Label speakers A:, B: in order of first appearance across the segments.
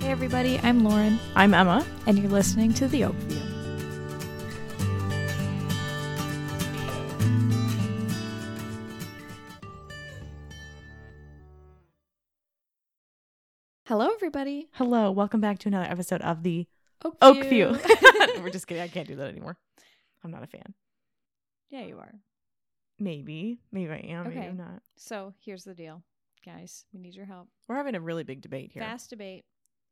A: Hey, everybody, I'm Lauren,
B: I'm Emma.
A: and you're listening to The Oak View. Hello, everybody.
B: Hello, welcome back to another episode of the
A: Oak,
B: Oak View. We're just kidding. I can't do that anymore. I'm not a fan.
A: yeah, you are.
B: Maybe, maybe I am. Maybe
A: Okay.
B: I'm not.
A: So here's the deal, guys. We need your help.
B: We're having a really big debate here.
A: Fast debate.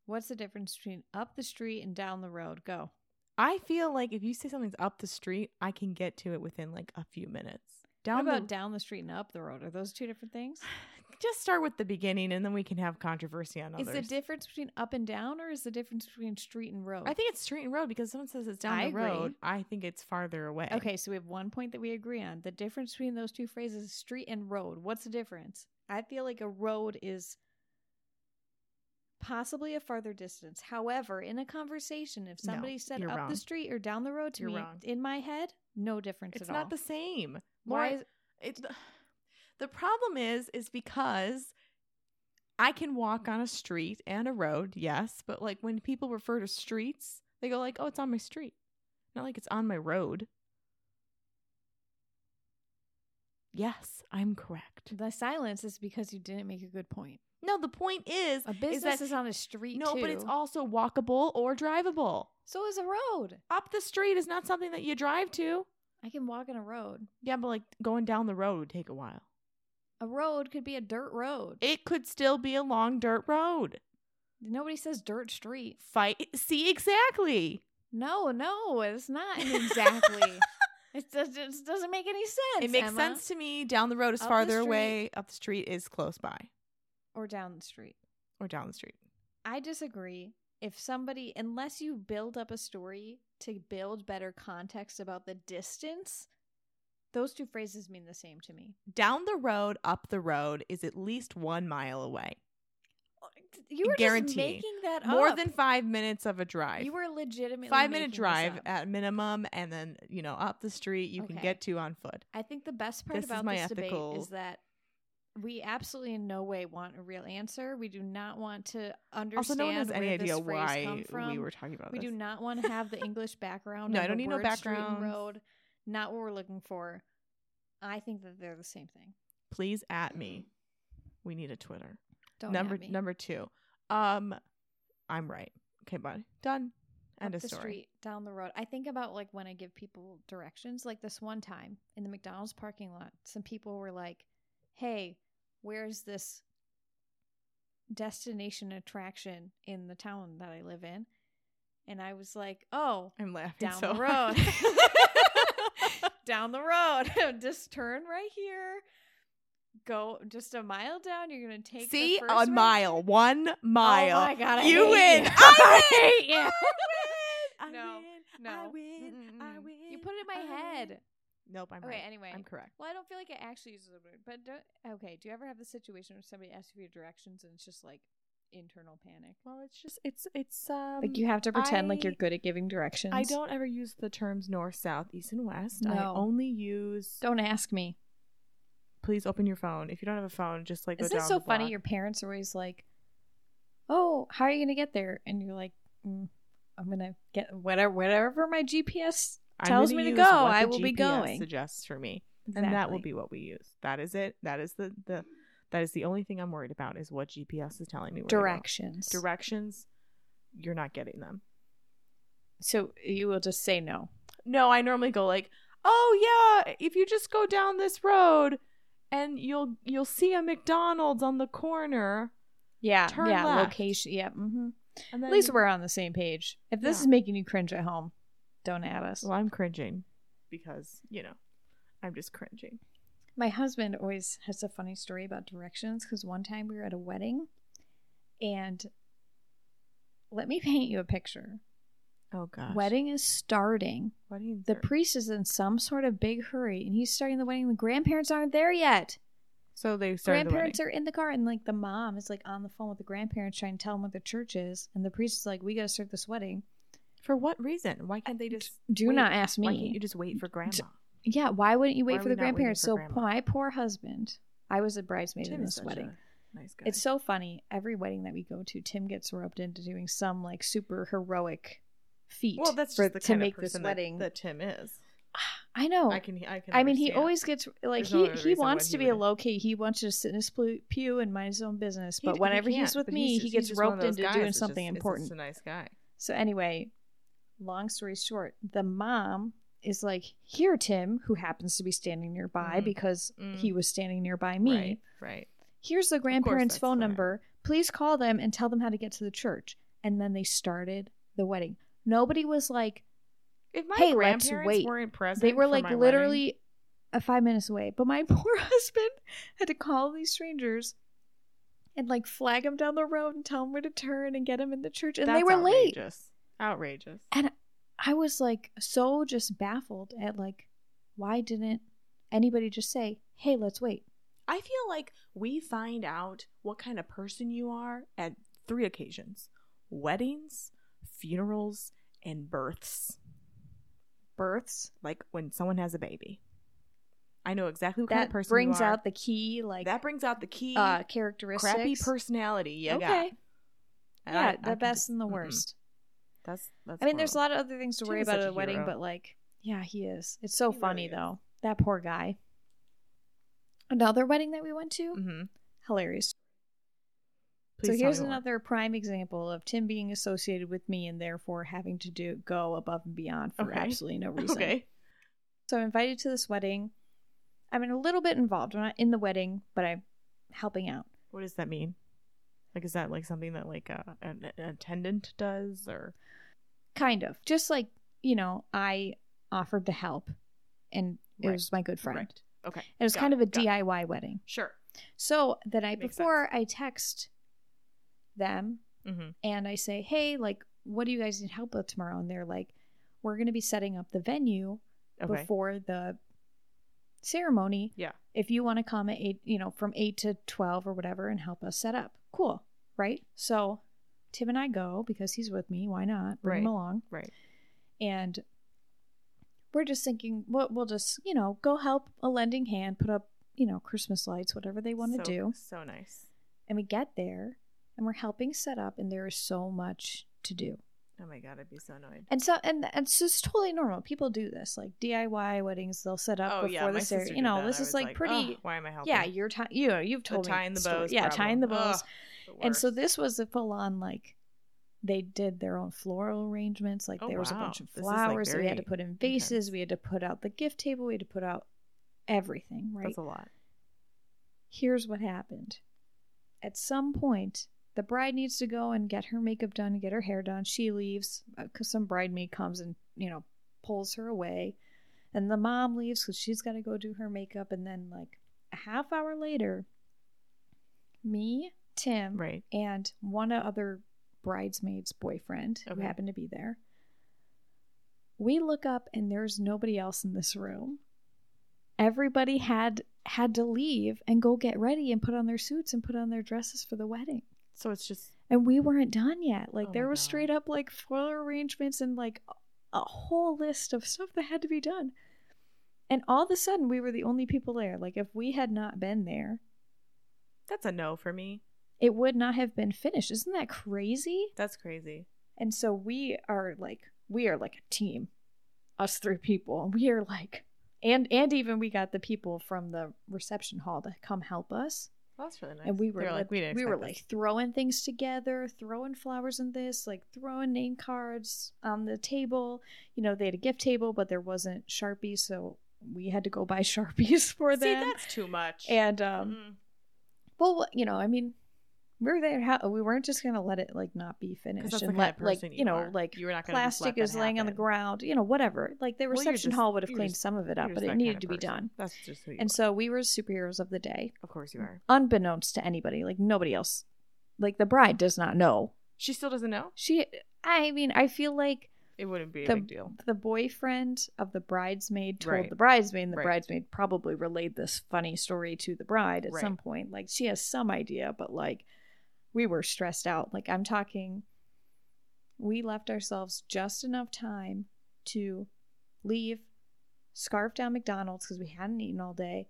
A: What's the difference between up the street and down the road? Go.
B: I feel like if you say something's up the street, I can get to it within like a few minutes. Down
A: what about
B: the,
A: down the street and up the road? Are those two different things?
B: just start with the beginning, and then we can have controversy on others.
A: Is the difference between up and down, or is the difference between street and road?
B: I think it's street and road because someone says it's down
A: I
B: the road.
A: agree.
B: I think it's farther away.
A: Okay, so we have one point that we agree on. The difference between those two phrases is street and road. What's the difference? I feel like a road is possibly a farther distance. However, in a conversation, if
B: No,
A: somebody said
B: you're
A: up
B: wrong.
A: the street or down the road to
B: You're
A: me,
B: wrong.
A: in my head, no difference
B: it's,
A: at all.
B: not the same.
A: Why
B: Lauren-
A: is-
B: It's the problem is is because I can walk on a street and a road, yes, but like when people refer to streets, they go like, "Oh, it's on my street," not like it's on my road. Yes, I'm correct.
A: the silence is because you didn't make a good point.
B: No, the point is,
A: A business is,
B: that-
A: on a street.
B: no, but it's
A: too.
B: also walkable or drivable.
A: so is a road.
B: Up the street is not something that you drive to.
A: I can walk on a road.
B: Yeah, but like going down the road would take a while.
A: A road could be a dirt road.
B: It could still be a long dirt road.
A: Nobody says dirt street.
B: fight. See, exactly.
A: No, no, it's not an exactly. it, does, it doesn't make any sense.
B: it makes
A: Emma.
B: sense to me. Down the road is
A: Up the
B: farther
A: street.
B: away. Up the street is close by,
A: Or down the street.
B: or down the street.
A: I disagree. If somebody, unless you build up a story to build better context about the distance, those two phrases mean the same to me.
B: Down the road, up the road is at least one mile away.
A: You were just
B: Guarantee.
A: making that
B: More
A: up.
B: than five minutes of a drive.
A: you were legitimately
B: five minute
A: making this
B: drive
A: up.
B: at minimum, and then you know up the street you can
A: Okay.
B: get to on foot.
A: I think the best part
B: This is
A: about
B: my
A: this debate
B: ethical-
A: is that we absolutely in no way want a real answer. We do not want to understand
B: Also, no one has any
A: where this
B: idea
A: phrase come
B: why
A: from.
B: we were talking about
A: We
B: this.
A: do not want to have the English background.
B: No,
A: on
B: I don't
A: the
B: need no
A: word, street, and
B: backgrounds.
A: Road, not what we're looking for. I think that they're the same thing.
B: Please at me. We need a Twitter.
A: Don't Oh,
B: number
A: at me.
B: number two. Um, I'm right. Okay, bye. Done.
A: Up
B: End of
A: the
B: story.
A: street, down the road. I think about like when I give people directions. Like this one time in the McDonald's parking lot, some people were like, "Hey, where's this destination attraction in the town that I live in?" And I was like, "Oh,
B: I'm laughing
A: down
B: so
A: the
B: hard.
A: road. down the road. just turn right here. Go just a mile down. You're gonna take the
B: See,
A: first
B: a
A: right-
B: mile, one mile.
A: Oh my god! I
B: you
A: hate
B: win.
A: You.
B: I
A: hate you.
B: win.
A: No,
B: I
A: no.
B: win. I
A: Mm-mm.
B: win.
A: You put it in my
B: I win.
A: head.
B: Nope, I'm
A: Okay.
B: right.
A: Anyway,
B: I'm correct.
A: well, I don't feel like I actually use the word, but don't, okay. Do you ever have the situation where somebody asks you for your directions and it's just like internal panic?
B: Well, it's just it's it's um.
A: Like you have to pretend like you're
B: I-
A: good at giving directions.
B: I don't ever use the terms north, south, east, and west. I
A: No.
B: only use.
A: Don't ask me.
B: Please open your phone. If you don't have a phone, just like. go
A: Isn't it
B: down
A: so
B: the
A: funny?
B: block.
A: Your parents are always like, "Oh, how are you gonna get there?" And you're like, mm, "I'm gonna get whatever, whatever my GPS."
B: I'm
A: tells
B: gonna
A: me to
B: use
A: go,
B: what
A: I
B: the
A: will be
B: GPS
A: going.
B: Suggests for me. and that will
A: Exactly.
B: be what we use. That is it. That is the the that is the only thing I'm worried about is what GPS is telling me. Where to go.
A: directions.
B: Directions, you're not getting them.
A: so you will just say no.
B: No, I normally go like, oh yeah, if you just go down this road, and you'll you'll see a McDonald's on the corner.
A: Yeah,
B: Turn
A: yeah,
B: left.
A: location. Yeah, mm-hmm.
B: And then
A: at least we're on the same page. If this
B: Yeah.
A: is making you cringe at home, don't add us.
B: Well, I'm cringing because you know, I'm just cringing.
A: My husband always has a funny story about directions because one time we were at a wedding, and let me paint you a picture.
B: Oh gosh.
A: Wedding is starting.
B: Weddings
A: The
B: are-
A: priest is in some sort of big hurry and he's starting the wedding. The grandparents aren't there yet.
B: so they started the wedding.
A: grandparents are in the car and like the mom is like on the phone with the grandparents trying to tell them what the church is. And the priest is like, We gotta start this wedding.
B: for what reason? Why can't they just
A: Do
B: wait?
A: not ask
B: Why can't
A: me.
B: you just wait for grandma?
A: yeah, why wouldn't you wait
B: Why are
A: for
B: we
A: the
B: not waiting
A: grandparents?
B: for
A: so
B: grandma?
A: my poor husband, I was a bridesmaid
B: Tim
A: in
B: is
A: this
B: such
A: wedding.
B: a- Nice guy.
A: It's so funny. Every wedding that we go to, Tim gets roped into doing some like super heroic feat
B: well, that's
A: for,
B: just the
A: to
B: kind
A: make
B: of
A: this
B: person
A: wedding.
B: That, that Tim is.
A: I know.
B: I can. I can.
A: I mean, he
B: understand.
A: always gets like
B: There's no
A: he,
B: other
A: he
B: reason why
A: wants
B: he
A: to be a
B: wouldn't.
A: low key. He wants to sit in his plu- pew and mind his own business.
B: He-
A: But
B: he
A: whenever he's
B: can't,
A: with
B: but
A: me, he
B: just-
A: gets
B: just one of
A: roped
B: those
A: into
B: guys
A: doing
B: that's
A: something
B: just- is
A: important.
B: Just a nice guy.
A: So anyway, long story short, the mom is like, "Here, Tim, who happens to be standing nearby
B: Mhm.
A: because he was standing nearby me.
B: Right. Right.
A: Here's the grandparents'
B: that's
A: phone
B: the-
A: number. Please call them and tell them how to get to the church." And then they started the wedding. Nobody was like,
B: If my
A: Hey, let's
B: grandparents
A: wait.
B: weren't present,
A: they were
B: for
A: like
B: my wedding-
A: literally a five minutes away. But my poor husband had to call these strangers and like flag him down the road and tell him where to turn and get him in the church. And they
B: That's
A: were late.
B: outrageous. Outrageous.
A: I was like so just baffled at like why didn't anybody just say, "Hey, let's wait."
B: I feel like we find out what kind of person you are at three occasions weddings, funerals, and births.
A: Births.
B: Like when someone has a baby. I know exactly what kind
A: That
B: of person
A: brings
B: you are.
A: out the key like
B: that brings out the key
A: uh characteristics.
B: crappy personality you
A: okay.
B: got. And
A: Yeah,
B: I-
A: the
B: I can
A: best
B: just-
A: and the
B: mm-mm.
A: worst.
B: That's that's
A: I mean, there's a
B: horrible.
A: lot of other things to
B: Tim
A: worry
B: is
A: about
B: such
A: at
B: a
A: a wedding,
B: hero.
A: but like, yeah, he is. It's so
B: He really
A: funny
B: is.
A: though. That poor guy. Another wedding that we went to,
B: Mhm.
A: hilarious.
B: Please
A: so
B: tell me
A: here's
B: more.
A: another prime example of Tim being associated with me and therefore having to do go above and beyond for
B: Okay.
A: absolutely no reason.
B: Okay.
A: So I'm invited to this wedding. I'm a little bit involved. I'm not in the wedding, but I'm helping out.
B: What does that mean? Like, is that like something that like uh, an, an attendant does, or
A: Kind of. Just like, you know, I offered to help and it
B: Right.
A: was my good friend.
B: Right. Okay.
A: It was
B: Got
A: kind of a
B: got
A: DIY wedding.
B: Sure.
A: So the night
B: Makes
A: before, I text them
B: Mm-hmm.
A: and I say, hey, like, what do you guys need help with tomorrow? And they're like, we're going to be setting up the venue
B: Okay.
A: before the ceremony.
B: Yeah.
A: If you want to come at eight, you know, from eight to 12 or whatever and help us set up, cool. Right. So Tim and I go because he's with me. Why not? Bring him
B: Right.
A: along.
B: right.
A: And we're just thinking, we'll, we'll just, you know, go help a lending hand, put up, you know, Christmas lights, whatever they want to
B: so,
A: do.
B: So nice.
A: And we get there and we're helping set up, and there is so much to do.
B: Oh my god, I'd be so annoyed.
A: And so, and, and it's just totally normal. People do this, like DIY weddings. They'll set up
B: oh
A: before
B: yeah, my
A: the
B: sister.
A: ceremony.
B: did
A: You know,
B: that.
A: this
B: I
A: is
B: was
A: like,
B: "Ugh,
A: pretty.
B: why am I helping?
A: yeah, you're tying. You know, you've
B: the
A: told me
B: tying the
A: story.
B: bows.
A: Yeah, tying the
B: problem.
A: bows.
B: Ugh, the
A: and so
B: worst.
A: this was a full on like. They did their own floral arrangements. Like
B: Oh,
A: there was a
B: wow.
A: bunch of
B: This is, like,
A: flowers that we had to
B: very
A: put in vases. We had to put out the gift table. We had to put out everything. Right
B: That's a lot.
A: here's what happened. At some point, the bride needs to go and get her makeup done, get her hair done. She leaves because some bridesmaid comes and, you know, pulls her away. And the mom leaves because she's got to go do her makeup. And then, like, a half hour later, me, Tim,
B: Right.
A: and one other bridesmaid's boyfriend who
B: Okay.
A: happened to be there, we look up and there's nobody else in this room everybody had had to leave and go get ready and put on their suits and put on their dresses for the wedding
B: So it's just
A: and we weren't done yet like
B: Oh
A: there
B: my
A: was
B: God.
A: straight up like floral arrangements and like a whole list of stuff that had to be done and all of a sudden we were the only people there like if we had not been there
B: that's a no for me.
A: it would not have been finished isn't that crazy
B: That's crazy.
A: and so we are like we are like a team, us three people. We are like and and even we got the people from the reception hall to come help us.
B: That's really nice.
A: And we were
B: They
A: like,
B: like, we didn't.
A: were
B: expect
A: like
B: this."
A: throwing things together, throwing flowers in this, like throwing name cards on the table. You know, they had a gift table, but there wasn't Sharpies, so we had to go buy Sharpies for
B: See,
A: them.
B: that's too much.
A: and um
B: Mm.
A: well, you know, I mean, we were there. How, we weren't just gonna let it like not be
B: 'Cause
A: finished
B: that's the
A: and
B: kind of
A: let like
B: person
A: you know
B: are.
A: like
B: you were not gonna just
A: plastic
B: let
A: is
B: that
A: laying on the
B: happen.
A: ground, you know, whatever. Like the
B: Well, you're
A: reception
B: just-
A: hall would have
B: you're
A: cleaned
B: just-
A: some of it up,
B: You're
A: but
B: just that
A: it
B: kind
A: needed
B: of
A: to be
B: person.
A: done.
B: That's just who you
A: And
B: are.
A: so we were superheroes of the day,
B: Of course you are.
A: unbeknownst to anybody. Like nobody else, like the bride does not know.
B: She still doesn't know.
A: She, I mean, I feel like
B: It wouldn't be a
A: The-
B: big deal.
A: the boyfriend of the bridesmaid told
B: Right.
A: the bridesmaid, and the
B: Right.
A: bridesmaid probably relayed this funny story to the bride at
B: Right.
A: some point. Like she has some idea, but like we were stressed out. Like I'm talking, we left ourselves just enough time to leave, scarf down McDonald's because we hadn't eaten all day,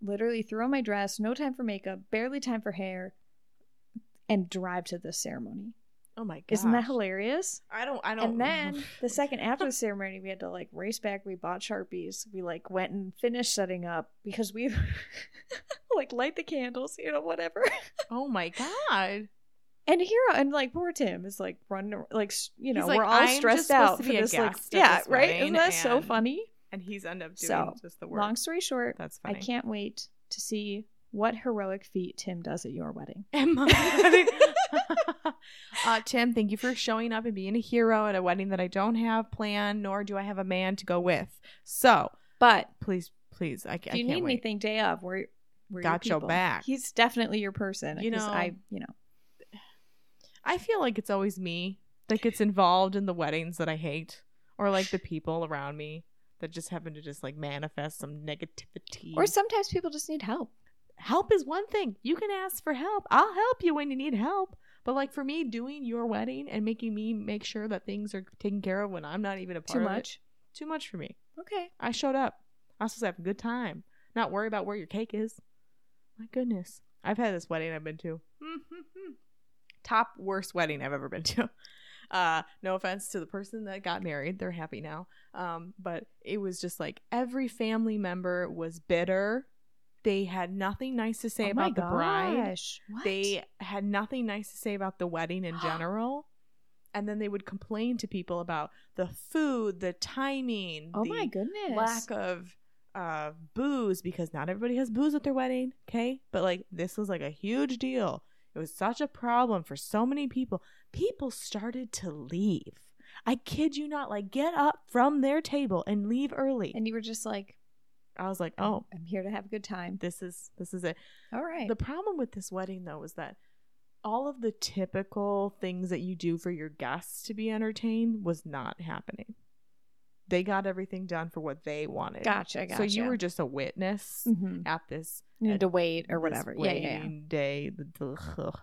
A: literally throw on my dress, no time for makeup, barely time for hair, and drive to the ceremony.
B: Oh my god.
A: Isn't that hilarious?
B: I don't I don't
A: And then the second after the ceremony, we had to like race back. We bought sharpies. We like went and finished setting up because we like light the candles, you know, whatever.
B: Oh my god.
A: And Hero and like poor Tim is like running, ar- like s- you know,
B: He's like,
A: we're all
B: "I'm just
A: stressed
B: supposed
A: out
B: to
A: for
B: be a
A: this, like
B: guest at
A: yeah,
B: this
A: right? Isn't
B: wedding,
A: that so
B: and
A: funny?
B: And he's end up doing
A: So,
B: just the work.
A: Long story short,
B: That's
A: I
B: funny.
A: can't wait to see what heroic feat Tim does at your wedding.
B: Emma. uh, Tim, thank you for showing up and being a hero at a wedding that I don't have planned, nor do I have a man to go with. So
A: But
B: please, please, I, ca-
A: if you
B: I can't
A: need
B: wait.
A: anything day of, we're, we're
B: Got your
A: your people.
B: back.
A: He's definitely your person.
B: You
A: 'cause
B: know,
A: I you know,
B: I feel like it's always me that gets involved in the weddings that I hate, or like the people around me that just happen to just like manifest some negativity.
A: or sometimes people just need help.
B: help is one thing. You can ask for help. I'll help you when you need help. But like for me, doing your wedding and making me make sure that things are taken care of when I'm not even a part
A: Too
B: of it,
A: much.
B: too much for me.
A: Okay.
B: I showed up. I was supposed to have a good time, not worry about where your cake is. My goodness. I've had this wedding I've been to. Top worst wedding I've ever been to. Uh, no offense to the person that got married. They're happy now. Um, but it was just like every family member was bitter. They had nothing nice to say
A: Oh my
B: about the bride.
A: gosh. What?
B: They had nothing nice to say about the wedding in general. And then they would complain to people about the food, the timing,
A: Oh
B: the
A: my goodness.
B: lack of uh, booze because not everybody has booze at their wedding. Okay, but like this was like a huge deal. It was such a problem for so many people. People started to leave. I kid you not, like get up from their table and leave early.
A: and you were just like,
B: I was like,
A: I'm-
B: oh,
A: I'm here to have a good time.
B: this is this is it.
A: All right.
B: The problem with this wedding though was that all of the typical things that you do for your guests to be entertained was not happening. They got everything done for what they wanted.
A: gotcha, gotcha.
B: So you were just uh, a witness
A: Mhm.
B: at this
A: You
B: at
A: need to wait or
B: this
A: whatever. Yeah, yeah, yeah.
B: wedding day. The- the- ugh.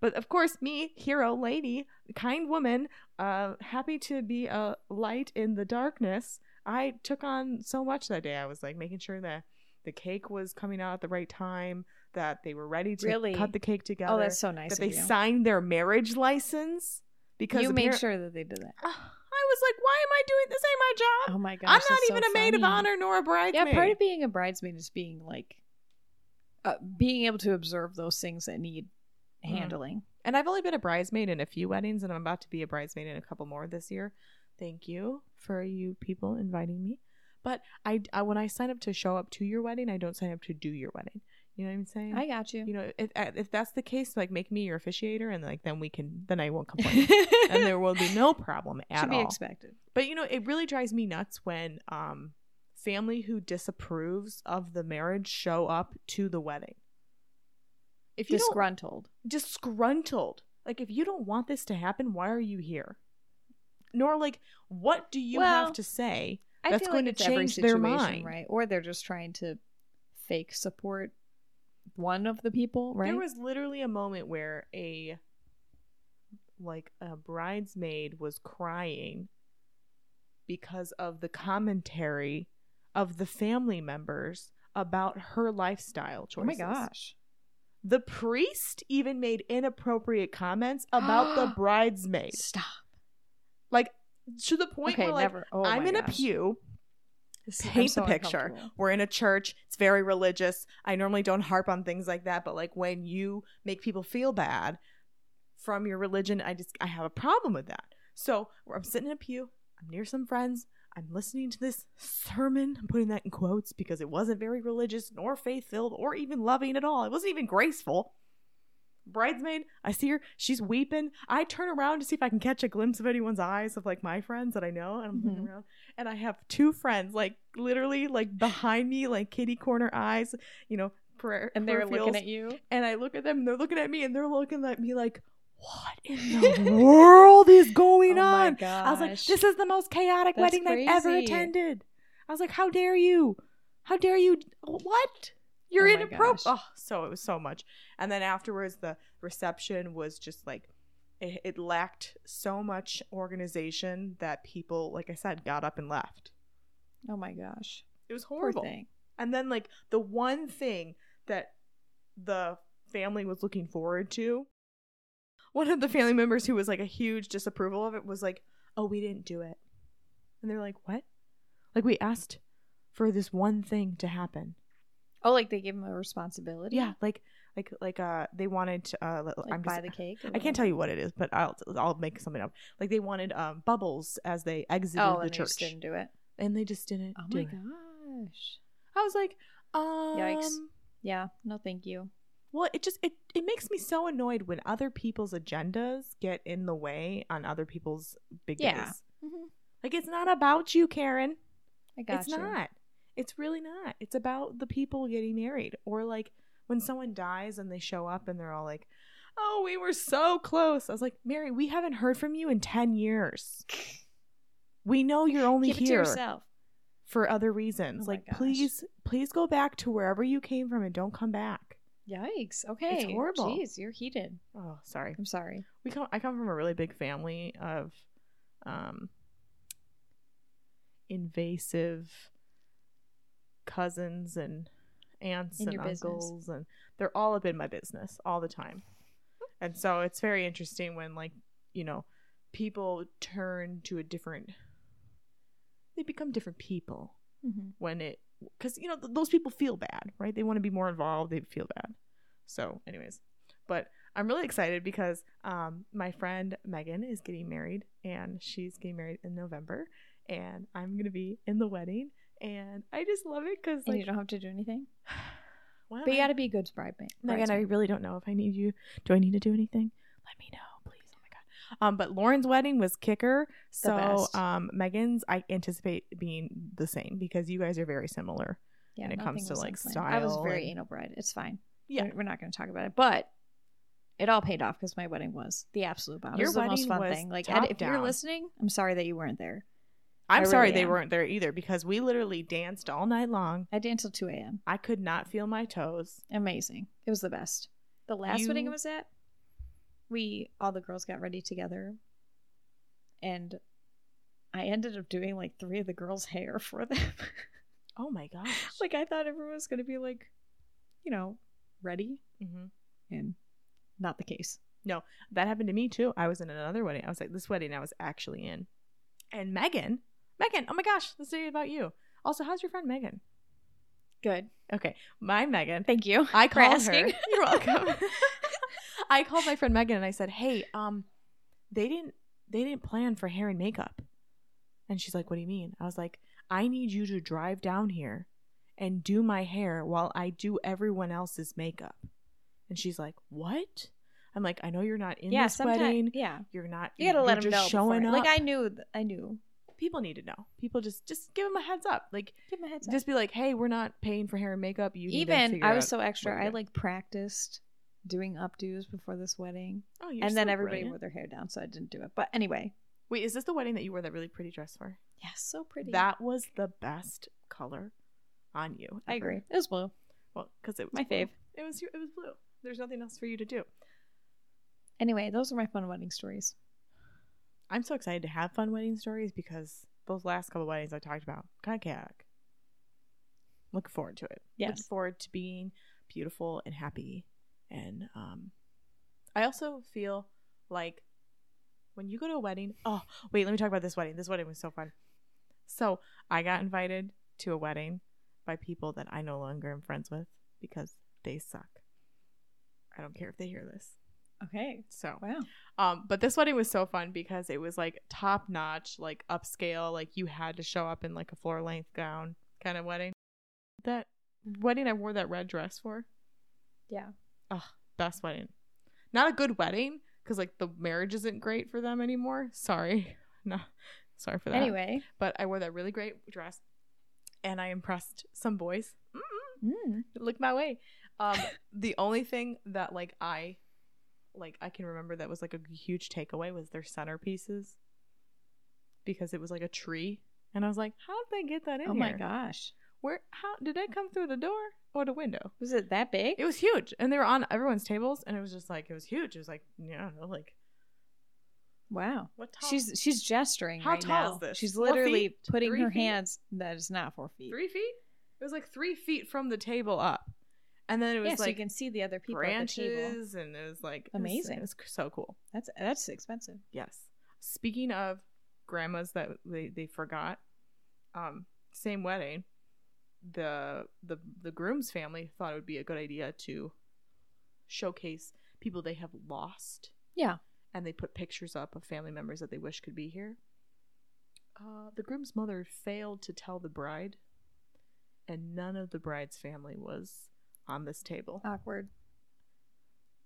B: But of course, me, hero, lady, kind woman, uh, happy to be a light in the darkness. I took on so much that day. I was like making sure that the cake was coming out at the right time, that they were ready to
A: Really?
B: cut the cake together,
A: Oh, that's so nice.
B: that
A: Of
B: they
A: you.
B: signed their marriage license. Because
A: you made
B: apparent-
A: sure that they did that.
B: Ugh, I was like, why am I doing this? Ain't my job.
A: Oh my gosh.
B: I'm not
A: that's so
B: even a maid of
A: funny.
B: honor nor a
A: Yeah,
B: bridesmaid.
A: part of being a bridesmaid is being like uh, being able to observe those things that need
B: Mhm.
A: handling.
B: and I've only been a bridesmaid in a few weddings, and I'm about to be a bridesmaid in a couple more this year. Thank you for you people inviting me. But I, I when I sign up to show up to your wedding, I don't sign up to do your wedding. You know what I'm saying?
A: I got you.
B: you know, if if that's the case, like make me your officiator, and like then we can, then I won't complain, and there will be no problem at
A: to be
B: all.
A: expected.
B: But you know, it really drives me nuts when um family who disapproves of the marriage show up to the wedding. If you don't,
A: Disgruntled.
B: disgruntled, like if you don't want this to happen, why are you here? Nor like what do you
A: Well,
B: have to say?
A: I
B: That's
A: feel
B: going
A: like
B: to
A: it's every
B: change their
A: situation,
B: mind.
A: right? Or they're just trying to fake support one of the people, right?
B: There was literally a moment where a like a bridesmaid was crying because of the commentary of the family members about her lifestyle
A: oh my
B: choices.
A: gosh.
B: The priest even made inappropriate comments about the bridesmaid.
A: Stop.
B: Like to the point
A: okay,
B: where like
A: never. Oh
B: I'm
A: my
B: in a
A: gosh.
B: pew
A: This is- I'm
B: paint
A: so
B: the picture.
A: uncomfortable.
B: We're in a church. It's very religious. I normally don't harp on things like that, but like when you make people feel bad from your religion, I just I have a problem with that. So I'm sitting in a pew. I'm near some friends. I'm listening to this sermon. I'm putting that in quotes because it wasn't very religious, nor faith filled, or even loving at all. It wasn't even graceful. Bridesmaid, I see her. She's weeping. I turn around to see if I can catch a glimpse of anyone's eyes of like my friends that I know. And I'm looking
A: Mhm.
B: around and I have two friends, like literally, like behind me, like kitty corner eyes, you know, prayer.
A: And they're
B: prayer
A: looking
B: fields.
A: at you.
B: And I look at them, and they're looking at me, and they're looking at me like, "What in the world is going
A: oh
B: on?"
A: My gosh.
B: I was like, "This is the most chaotic
A: That's
B: wedding I've ever
A: crazy.
B: attended." I was like, "How dare you? How dare you? What? You're
A: Oh my gosh.
B: inappropriate." Oh, so it was so much. And then afterwards, the reception was just like. It, it lacked so much organization that people, like I said, got up and left.
A: Oh my gosh.
B: It was
A: Poor
B: horrible.
A: thing.
B: And then like the one thing that the family was looking forward to, one of the family members who was like a huge disapproval of it was like, "Oh, we didn't do it." And they're like, "What?" Like we asked for this one thing to happen.
A: Oh, like they give him a responsibility.
B: Yeah, like like like uh they wanted to uh l-
A: Like
B: I'm
A: buy
B: just,
A: the cake.
B: I can't tell you what it is, but I'll I'll make something up. Like they wanted um bubbles as they exited
A: Oh,
B: the
A: and they
B: church,
A: just didn't do it.
B: and they just didn't.
A: Oh
B: do
A: my
B: it.
A: gosh.
B: I was like, um,
A: Yeah. No, thank you.
B: Well, it just it it makes me so annoyed when other people's agendas get in the way on other people's big
A: Yeah.
B: days. Like it's not about you, Karen.
A: I got
B: Mm-hmm. it's
A: you.
B: not. It's really not. It's about the people getting married or like when someone dies and they show up and they're all like, "Oh, we were so close." I was like, "Mary, we haven't heard from you in 10 years. We know you're only
A: Keep it to
B: here."
A: yourself.
B: for other reasons.
A: Oh my
B: like
A: gosh.
B: please, please go back to wherever you came from and don't come back.
A: Yikes. Okay.
B: horrible.
A: Jeez, you're heated.
B: Oh, sorry.
A: I'm sorry.
B: We come I come from a really big family of um invasive cousins and aunts
A: In
B: and
A: your business.
B: uncles and they're all up in my business all the time. And so it's very interesting when like, you know, people turn to a different they become different people.
A: Mm-hmm.
B: when it because you know th- those people feel bad right they want to be more involved they feel bad so anyways but i'm really excited because um, my friend megan is getting married and she's getting married in november and i'm gonna be in the wedding and i just love it because
A: And
B: like
A: you don't have to do anything.
B: well,
A: But you
B: I-
A: got to be a good bridesmaid.
B: megan i really don't know if i need you do i need to do anything let me know please oh my god um but lauren's wedding was kicker so
A: best.
B: um megan's i anticipate being the same because you guys are very similar
A: yeah,
B: when it comes
A: nothing
B: to,
A: was
B: like,
A: unplanned. I was
B: style
A: very
B: and-
A: anal bride. It's fine.
B: Yeah.
A: We're- We're not going to talk about it. But it all paid off because my wedding was the absolute bomb.
B: Your
A: it was the most
B: wedding
A: fun
B: was
A: thing. Like,
B: top
A: Ed, if you're
B: down.
A: listening, I'm sorry that you weren't there.
B: I'm
A: I
B: sorry
A: really
B: they
A: am.
B: weren't there either because we literally danced all night long.
A: I danced till 2 a.m.
B: I could not feel my toes.
A: amazing. It was the best. The last wedding
B: You-
A: I was at, we all the girls got ready together, and I ended up doing like three of the girls' hair for them.
B: Oh my gosh.
A: like I thought everyone was gonna be like, you know, ready,
B: hmm
A: and not the case.
B: that happened to me too. I was in another wedding. I was like, this wedding I was actually in. And Megan, Megan, oh my gosh, this is about you. Also, how's your friend Megan?
A: Good.
B: Okay, my Megan.
A: Thank you.
B: I
A: for
B: called her.
A: asking.
B: You're welcome. I called my friend Megan and I said, "Hey, um, they didn't they didn't plan for hair and makeup." And she's like, "What do you mean?" I was like, "I need you to drive down here and do my hair while I do everyone else's makeup." And she's like, "What?" I'm like, "I know you're not in
A: yeah,
B: this
A: sometime-
B: wedding.
A: Yeah,
B: You're not.
A: you gotta
B: you're
A: let them know.
B: just
A: before-
B: Showing up.
A: Like I knew, th- I knew.
B: people need to know. People just just give them a heads up. Like,
A: Give him a heads up.
B: just be like, "Hey, we're not paying for hair and makeup. You need to
A: Even
B: figure
A: I was
B: out
A: so extra.
B: what you're
A: I
B: doing."
A: like practiced doing updos before this wedding.
B: Oh, you're
A: and then
B: so
A: everybody
B: brilliant.
A: wore their hair down, so I didn't do it. But anyway,
B: Wait, is this the wedding that you wore that really pretty dress for?
A: yeah, so pretty.
B: That was the best color on you.
A: I
B: ever.
A: agree. It was blue.
B: Well, because it was
A: My
B: blue.
A: fave.
B: It was it was blue. There's nothing else for you to do.
A: Anyway, those are my fun wedding stories.
B: I'm so excited to have fun wedding stories because those last couple weddings I talked about kind of chaotic. Looking forward to it. Looking
A: Yes.
B: forward to being beautiful and happy, and um, I also feel like when you go to a wedding. Oh, wait, let me talk about this wedding. This wedding was so fun. So I got invited to a wedding by people that I no longer am friends with because they suck. I don't care if they hear this.
A: Okay.
B: So
A: Wow.
B: um, but this wedding was so fun because it was like top notch, like upscale, like you had to show up in like a floor length gown kind of wedding. That wedding I wore that red dress for,
A: Yeah.
B: best wedding. Not a good wedding because like the marriage isn't great for them anymore. Sorry. No, sorry for that.
A: Anyway,
B: But I wore that really great dress and I impressed some boys. Mm-mm
A: mm,
B: look my way. Um, the only thing that like I, like I can remember that was like a huge takeaway was their centerpieces, because it was like a tree, and I was like, how did they get that in
A: oh
B: here?
A: my gosh,
B: Where? How did that come through the door or the window?
A: was it that big?
B: It was huge, and they were on everyone's tables, and it was just like it was huge. It was like yeah, I don't know, like
A: wow.
B: what tall?
A: She's she's gesturing
B: How
A: right
B: tall
A: now.
B: is this?
A: She's
B: Four
A: literally
B: feet?
A: putting
B: Three
A: her
B: feet?
A: hands. That is not four feet.
B: three feet. It was like three feet from the table up, and then it was
A: yeah, so you
B: like
A: can see the other people at the table.
B: branches, and it was like it was-
A: Amazing.
B: It was so cool.
A: That's that's expensive.
B: Yes. Speaking of grandmas that they, they forgot, um, same wedding, the the the groom's family thought it would be a good idea to showcase people they have lost.
A: Yeah.
B: And they put pictures up of family members that they wish could be here. Uh, the groom's mother failed to tell the bride, and none of the bride's family was on this table.
A: Awkward.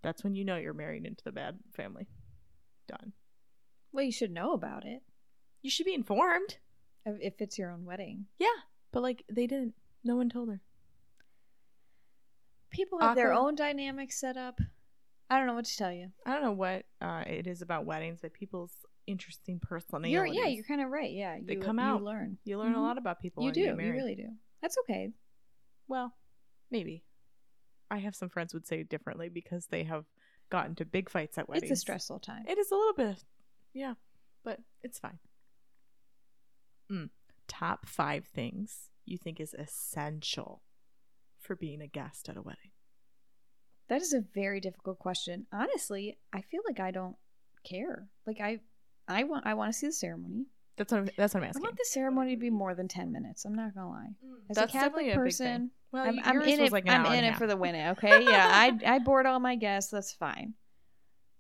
B: That's when you know you're married into the bad family. Done.
A: Well, you should know about it
B: You should be informed.
A: if- if it's your own wedding.
B: Yeah, but like they didn't. No one told her.
A: People have their
B: Awkward.
A: own dynamics set up. I don't know what to tell you.
B: I don't know what uh, it is about weddings, but people's interesting personalities.
A: You're, yeah, you're kind of right. Yeah,
B: They
A: you,
B: come out.
A: You learn.
B: you learn
A: Mhm.
B: a lot about people.
A: You
B: when
A: do.
B: get
A: You
B: married.
A: really do. That's okay.
B: Well, maybe. I have some friends would say differently because they have gotten to big fights at weddings.
A: It's a stressful time.
B: It is a little bit, yeah, but it's fine. Mm. Top five things you think is essential for being a guest at a wedding.
A: That is a very difficult question. Honestly, I feel like I don't care. Like I, I want I want to see the ceremony.
B: That's what I'm, that's what I'm
A: I
B: asking. Mm.
A: want the ceremony to be more than ten minutes. I'm not gonna lie. As
B: That's
A: a Catholic
B: definitely a big thing.
A: person,
B: well,
A: I'm,
B: y-
A: I'm
B: yours
A: in
B: was
A: it.
B: like an
A: I'm
B: hour and
A: in
B: a
A: it
B: half.
A: for the win. Okay, yeah. I I bored all my guests. That's fine.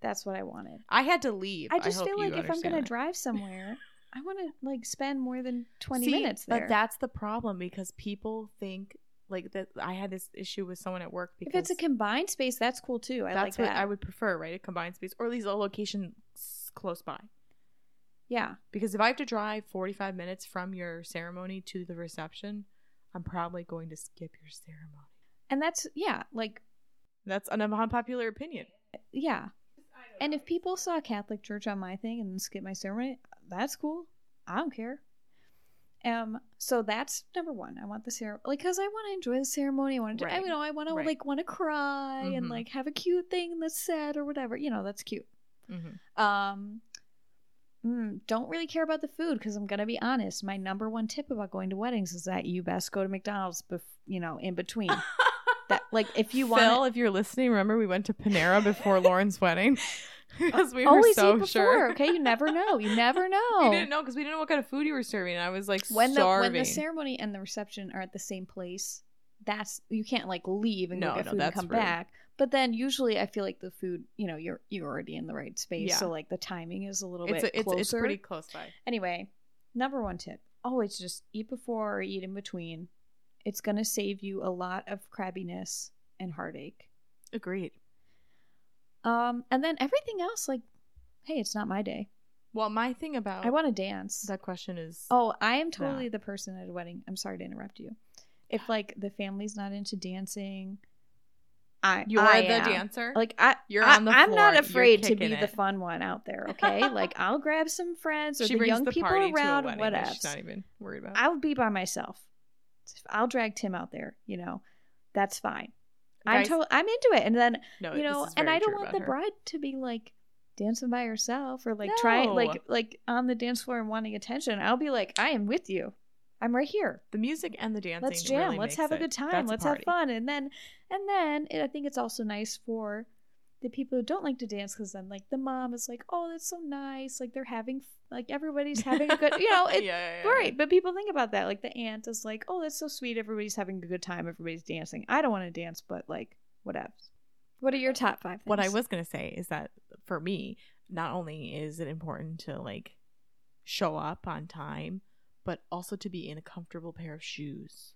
A: That's what I wanted.
B: I had to leave.
A: I just
B: hope
A: feel
B: you
A: like if I'm
B: understand
A: gonna
B: that.
A: drive somewhere, I want to like spend more than twenty
B: See,
A: minutes there.
B: But that's the problem because people think like that. I had this issue with someone at work
A: if it's
B: because
A: a combined space, that's cool too. I
B: that's
A: like
B: what
A: that.
B: I would prefer, right? A combined space or at least a location s- close by.
A: yeah,
B: Because if I have to drive 45 minutes from your ceremony to the reception, I'm probably going to skip your ceremony.
A: and that's yeah, like
B: That's an unpopular opinion.
A: yeah. And if people saw Catholic Church on my thing and skip my ceremony, that's cool. I don't care. Um, so that's number one. I want the ceremony, like, cause I want to enjoy the ceremony. I want to, do I
B: Right.
A: you know, I want
B: Right.
A: to like want to cry and
B: Mhm.
A: like have a cute thing that's said or whatever. You know, that's cute.
B: Mhm.
A: Um, mm, don't really care about the food because I'm gonna be honest. My number one tip about going to weddings is that you best go to McDonald's, bef- you know, in between. that like if you
B: Phil,
A: want,
B: if you're listening, remember we went to Panera before Lauren's wedding because we were
A: always
B: so
A: eat before.
B: sure.
A: Okay, you never know. You never know.
B: We didn't know because we didn't know what kind of food you were serving. I was like
A: when the when
B: starving.
A: the ceremony and the reception are at the same place, that's you can't like leave and
B: No,
A: go get
B: no,
A: food and
B: that's
A: come
B: rude.
A: back. But then usually I feel like the food, you know, you're you're already in the right space,
B: Yeah.
A: so like the timing is a little
B: it's,
A: bit
B: a, it's,
A: closer.
B: it's pretty close by.
A: Anyway, number one tip: always just eat before or eat in between. It's gonna save you a lot of crabbiness and heartache.
B: Agreed.
A: Um, and then everything else, like, hey, it's not my day.
B: Well, my thing about
A: I want to dance.
B: that question is
A: Oh, I am totally the person at a wedding. I'm sorry to interrupt you. If like the family's not into dancing, I
B: you
A: I
B: are the
A: am.
B: dancer.
A: Like I,
B: You're
A: I-
B: on the
A: I'm not
B: floor. You're
A: afraid to
B: kicking
A: be the
B: it.
A: fun one out there. Okay, like I'll grab some friends or
B: she
A: the
B: brings
A: young
B: the
A: people
B: party
A: around.
B: to a wedding. that
A: Whatever.
B: She's not even worried about.
A: I'll be by myself. I'll drag Tim out there. You know, that's fine. I'm
B: Guys-
A: to- I'm into it. And then
B: no,
A: you
B: Oh, this
A: know,
B: is
A: and
B: very
A: I don't
B: true
A: want the
B: about her.
A: bride to be like dancing by herself or like trying like
B: No.
A: like on the dance floor and wanting attention. I'll be like, I am with you. I'm right here.
B: The music and the dancing.
A: Let's jam.
B: really
A: Let's
B: makes
A: have a
B: it-
A: good time.
B: that's a
A: Let's have
B: party.
A: fun. And then and then it, I think it's also nice for the people who don't like to dance because then like the mom is like, oh, that's so nice. Like they're having like everybody's having a good you know
B: yeah,
A: it.
B: yeah, yeah.
A: Right, but people think about that. Like the aunt is like, "Oh, that's so sweet. Everybody's having a good time. Everybody's dancing. I don't want to dance, but like, whatever." What are your top five? Things?
B: What I was gonna say is that for me, not only is it important to like show up on time, but also to be in a comfortable pair of shoes.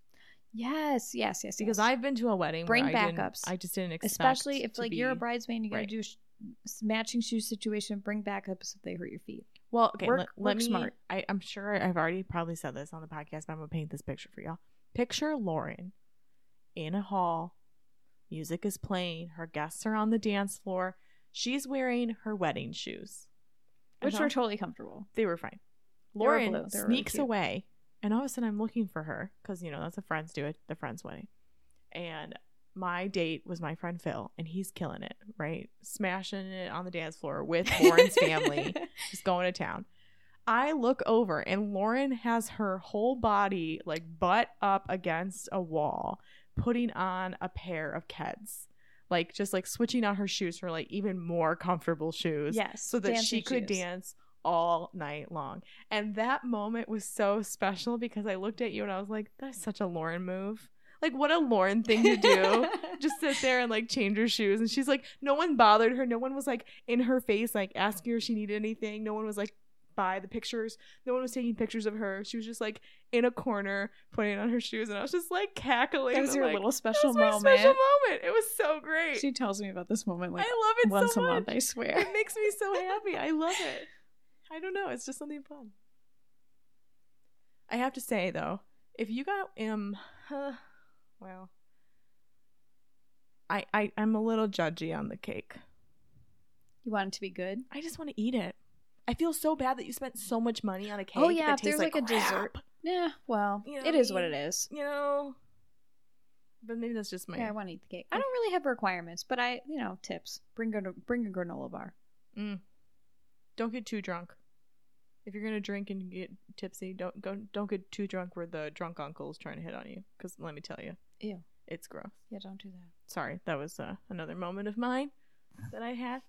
A: Yes, yes, yes.
B: Because
A: yes.
B: I've been to a wedding
A: Bring
B: where I didn't-
A: backups.
B: I just didn't expect,
A: especially if
B: to
A: like you're a
B: be-
A: bridesmaid, and you gotta
B: right.
A: do sh- matching shoe situation. Bring backups if they hurt your feet.
B: Well, okay,
A: Work-
B: let, let
A: work
B: me.
A: smart.
B: I, I'm sure I've already probably said this on the podcast, but I'm gonna paint this picture for y'all. Picture Lauren in a hall. Music is playing. Her guests are on the dance floor. She's wearing her wedding shoes,
A: Which
B: Uh-huh.
A: were totally comfortable.
B: they were fine.
A: They were
B: Lauren
A: blue. They were really
B: sneaks
A: cute.
B: away, and all of a sudden I'm looking for her because you know that's a friends do it, the friends wedding, and my date was my friend Phil, and he's killing it, right, smashing it on the dance floor with Lauren's family. He's going to town. I look over and Lauren has her whole body like butt up against a wall, putting on a pair of Keds. Like just like switching out her shoes for like even more comfortable shoes.
A: Yes,
B: So that she
A: dancing
B: could
A: shoes.
B: dance all night long. And that moment was so special because I looked at you and I was like, that's such a Lauren move. Like what a Lauren thing to do just sit there and like change her shoes. And she's like, no one bothered her. No one was like in her face, like asking her if she needed anything. No one was like by the pictures. No one was taking pictures of her. She was just like in a corner putting on her shoes. And I was just like cackling.
A: that was
B: I'm
A: your
B: like,
A: little
B: that
A: special
B: was my
A: moment.
B: special moment. It was so great.
A: She tells me about this moment
B: I
A: like
B: love it
A: once
B: so
A: a
B: much.
A: month, I swear.
B: It makes me so happy. I love it. I don't know. It's just something fun. I have to say though, if you got um, huh, well, I I I'm a little judgy on the cake.
A: You want it to be good?
B: I just want to eat it. I feel so bad that you spent so much money on a cake.
A: Oh, yeah,
B: that
A: if there's,
B: tastes
A: like, a dessert.
B: crap,
A: Yeah, well,
B: You know
A: it
B: what I
A: is what
B: mean?
A: it is.
B: you know. But maybe that's just my.
A: Yeah, I want to eat the cake. I don't really have requirements, but I, you know, tips. Bring a, bring a granola bar.
B: Mm. Don't get too drunk. If you're gonna drink and get tipsy, don't go. Don't get too drunk where the drunk uncle's trying to hit on you. Because let me tell you,
A: Ew.
B: it's gross.
A: Yeah, don't do that.
B: Sorry, that was uh, another moment of mine that I had.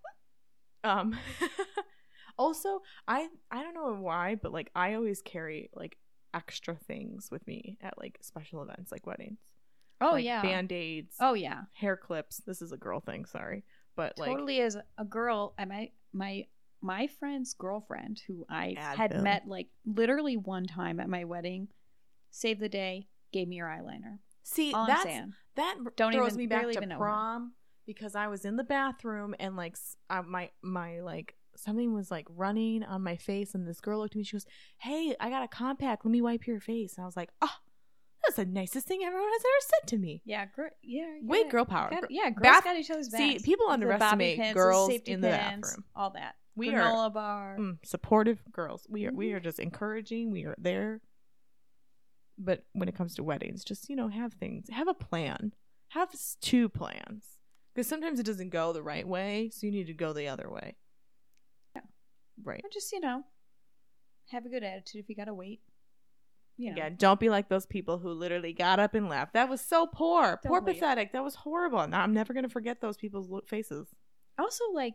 B: Um. also, I I don't know why, but like I always carry like extra things with me at like special events, like weddings.
A: Oh
B: Like,
A: yeah.
B: band aids,
A: oh yeah.
B: hair clips. This is a girl thing. Sorry, but like
A: totally as a girl, I my my my friend's girlfriend who I had
B: Advil.
A: met like literally one time at my wedding, saved the day, gave me her eyeliner.
B: see
A: All I'm
B: that's
A: saying.
B: that
A: Don't
B: throws
A: even-
B: me back
A: barely
B: to
A: even know her.
B: prom because I was in the bathroom and like s- uh, my my like something was like running on my face and this girl looked at me she goes hey I got a compact let me wipe your face and I was like oh that's the nicest thing everyone has ever said to me
A: Yeah, gr- yeah. you
B: Wait,
A: gotta-
B: girl power
A: gotta- yeah, girls
B: bath-
A: got each other's
B: see,
A: backs.
B: people
A: The bobby
B: underestimate
A: pins, the
B: girls
A: safety
B: in the
A: pins,
B: bathroom.
A: All that.
B: We are-
A: granola bar.
B: Mm, supportive girls we are we
A: Mhm.
B: are just encouraging we are there but when it comes to weddings just you know have things have a plan have s- two plans because sometimes it doesn't go the right way so you need to go the other way
A: Yeah.
B: right
A: Or just you know, have a good attitude if you gotta wait. You know,
B: Again, don't be like those people who literally got up and left. That was so poor,
A: Don't
B: poor,
A: wait.
B: pathetic. That was horrible. And I'm never gonna forget those people's lo- faces.
A: Also, like,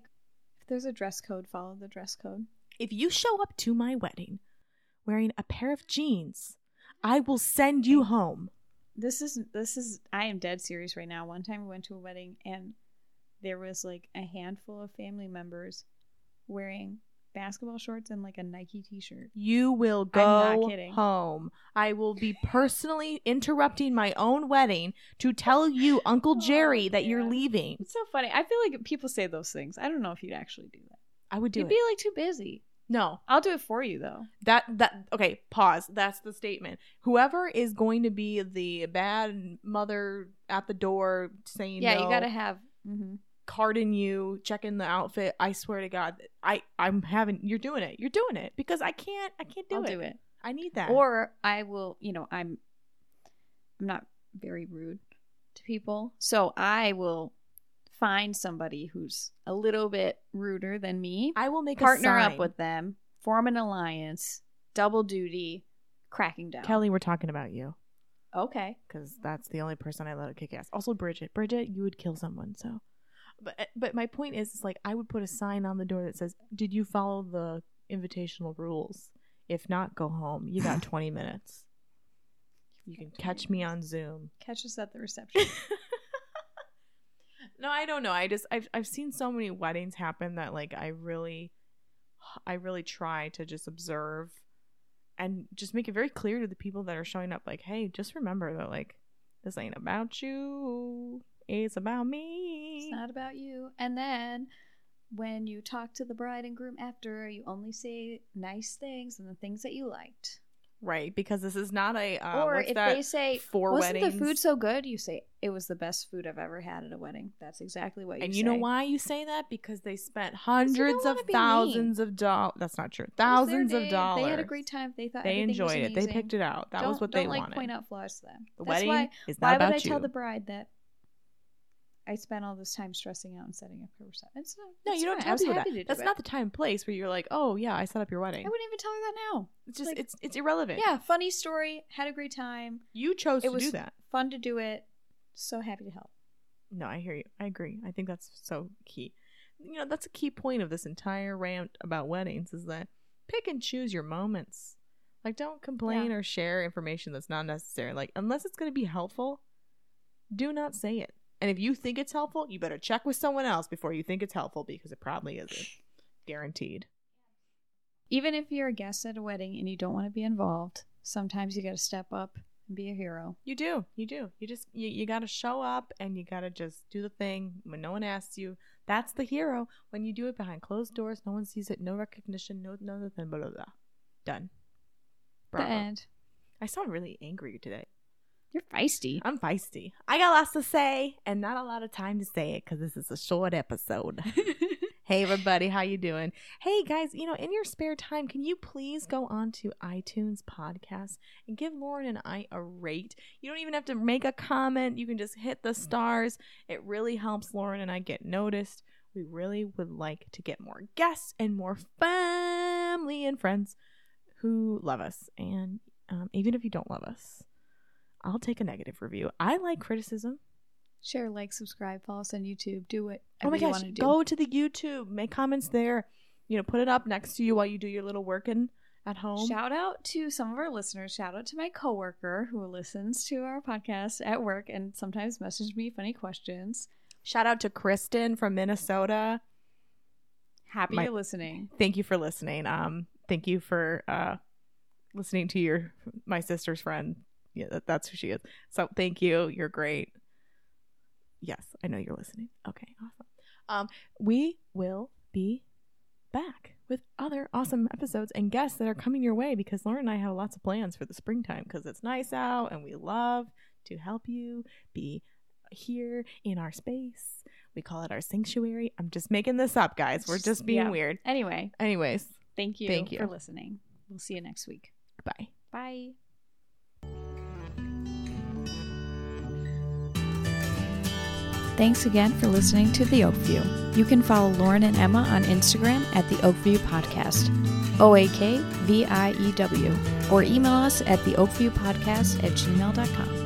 A: if there's a dress code, follow the dress code.
B: If you show up to my wedding wearing a pair of jeans, I will send you home.
A: This is this is I am dead serious right now. One time we went to a wedding and there was like a handful of family members wearing basketball shorts and like a Nike t-shirt.
B: You will go
A: I'm not kidding.
B: home. I will be personally interrupting my own wedding to tell you, Uncle
A: Oh,
B: Jerry, that you're
A: man.
B: leaving.
A: It's so funny. I feel like people say those things. I don't know if you'd actually do that.
B: I would do
A: you'd
B: it.
A: be like too busy.
B: no,
A: I'll do it for you though.
B: that that okay. Pause. That's the statement. Whoever is going to be the bad mother at the door saying,
A: yeah,
B: no,
A: you gotta have. hmm
B: carding you, checking the outfit. I swear to God, I I'm having. You're doing it. You're doing it because I can't. I can't do
A: I'll
B: it.
A: do it.
B: I need that.
A: or I will, you know, I'm I'm not very rude to people. So I will find somebody who's a little bit ruder than me,
B: I will make
A: partner
B: a
A: up
B: sign.
A: with them, form an alliance, double duty, cracking down.
B: Kelly. We're talking about you.
A: Okay.
B: because that's the only person I let kick ass. Also, Bridget, Bridget, you would kill someone. So, but eh, but my point is, it's like I would put a sign on the door that says, "Did you follow the invitational rules? If not, go home. You got twenty minutes. You can catch me on Zoom."
A: Catch us at the reception.
B: no, I don't know. I just I've I've seen so many weddings happen that like I really, I really try to just observe, and just make it very clear to the people that are showing up. Like, hey, just remember that like this ain't about you. It's about me.
A: it's not about you. And then when you talk to the bride and groom after, you only say nice things and the things that you liked.
B: right because this is not a uh,
A: or
B: what's
A: if
B: that?
A: they say
B: four
A: wasn't the
B: weddings.
A: food so good you say it was the best food i've ever had at a wedding that's exactly what you
B: and you know
A: say.
B: why you say that because they spent
A: you don't
B: hundreds of
A: wanna be mean.
B: thousands of dollars. That's not true.
A: It was their
B: Thousands
A: day.
B: of dollars.
A: they had a great time they thought
B: They
A: everything was
B: enjoyed it. They
A: amazing.
B: picked it out. That was
A: Don't-
B: what they
A: don't, like,
B: wanted.
A: point out flaws to them
B: The
A: that's
B: wedding
A: why
B: is not
A: why
B: about
A: would i
B: you.
A: tell the bride that I spent all this time stressing out and setting up her reception. It's not,
B: No,
A: it's
B: you don't
A: fine.
B: tell
A: I was
B: people that.
A: happy to do
B: That's
A: it.
B: not the time and place where you're like, oh yeah, I set up your
A: I
B: wedding.
A: wouldn't even tell her that now.
B: It's just
A: like-
B: it's it's irrelevant.
A: Yeah, funny story. Had a great time.
B: you chose
A: It
B: to do
A: was-
B: that.
A: Fun to do it. So happy to help.
B: No, I hear you. I agree. I think that's so key. You know, that's a key point of this entire rant about weddings is that pick and choose your moments. Like, don't complain or share information that's not necessary. Like, unless it's going to be helpful, do not say it. And if you think it's helpful, you better check with someone else before you think it's helpful because it probably isn't. Guaranteed.
A: Even if you're a guest at a wedding and you don't want to be involved, sometimes you got to step up and be a hero.
B: You do. You do. You just you, you got to show up and you got to just do the thing when no one asks you. That's the hero when you do it behind closed doors. No one sees it. No recognition. No no nothing. Blah blah blah. Done. Bravo.
A: The end.
B: I sound really angry today.
A: You're feisty.
B: I'm feisty. I got lots to say and not a lot of time to say it because this is a short episode. hey everybody, how you doing? Hey guys, you know, in your spare time, can you please go on to iTunes podcast and give Lauren and I a rate? You don't even have to make a comment. You can just hit the stars. It really helps Lauren and I get noticed. We really would like to get more guests and more family and friends who love us. And um, even if you don't love us, I'll take a negative review. I like criticism.
A: Share, like, subscribe, follow us on YouTube. Do it.
B: Oh my
A: you
B: gosh,
A: wanna do.
B: go to the YouTube, make comments there. You know, put it up next to you while you do your little working at home.
A: Shout out to some of our listeners. Shout out to my coworker who listens to our podcast at work and sometimes message me funny questions.
B: Shout out to Kristen from Minnesota.
A: Happy
B: My-
A: you're listening.
B: Thank you for listening. Um, thank you for uh listening to your my sister's friend. Yeah, that, that's who she is. So thank you. You're great. Yes, I know you're listening. Okay, awesome. Um, we will be back with other awesome episodes and guests that are coming your way because Lauren and I have lots of plans for the springtime because it's nice out and we love to help you be here in our space. We call it our sanctuary. I'm just making this up, guys. We're just being
A: Yeah.
B: weird.
A: Anyway,
B: Anyways,
A: thank you,
B: Thank you.
A: for listening. We'll see you next week.
B: bye.
A: Bye. Thanks again for listening to The Oakview. You can follow Lauren and Emma on Instagram at The Oakview Podcast, O A K V I E W, or email us at The Oakview Podcast at gmail.com.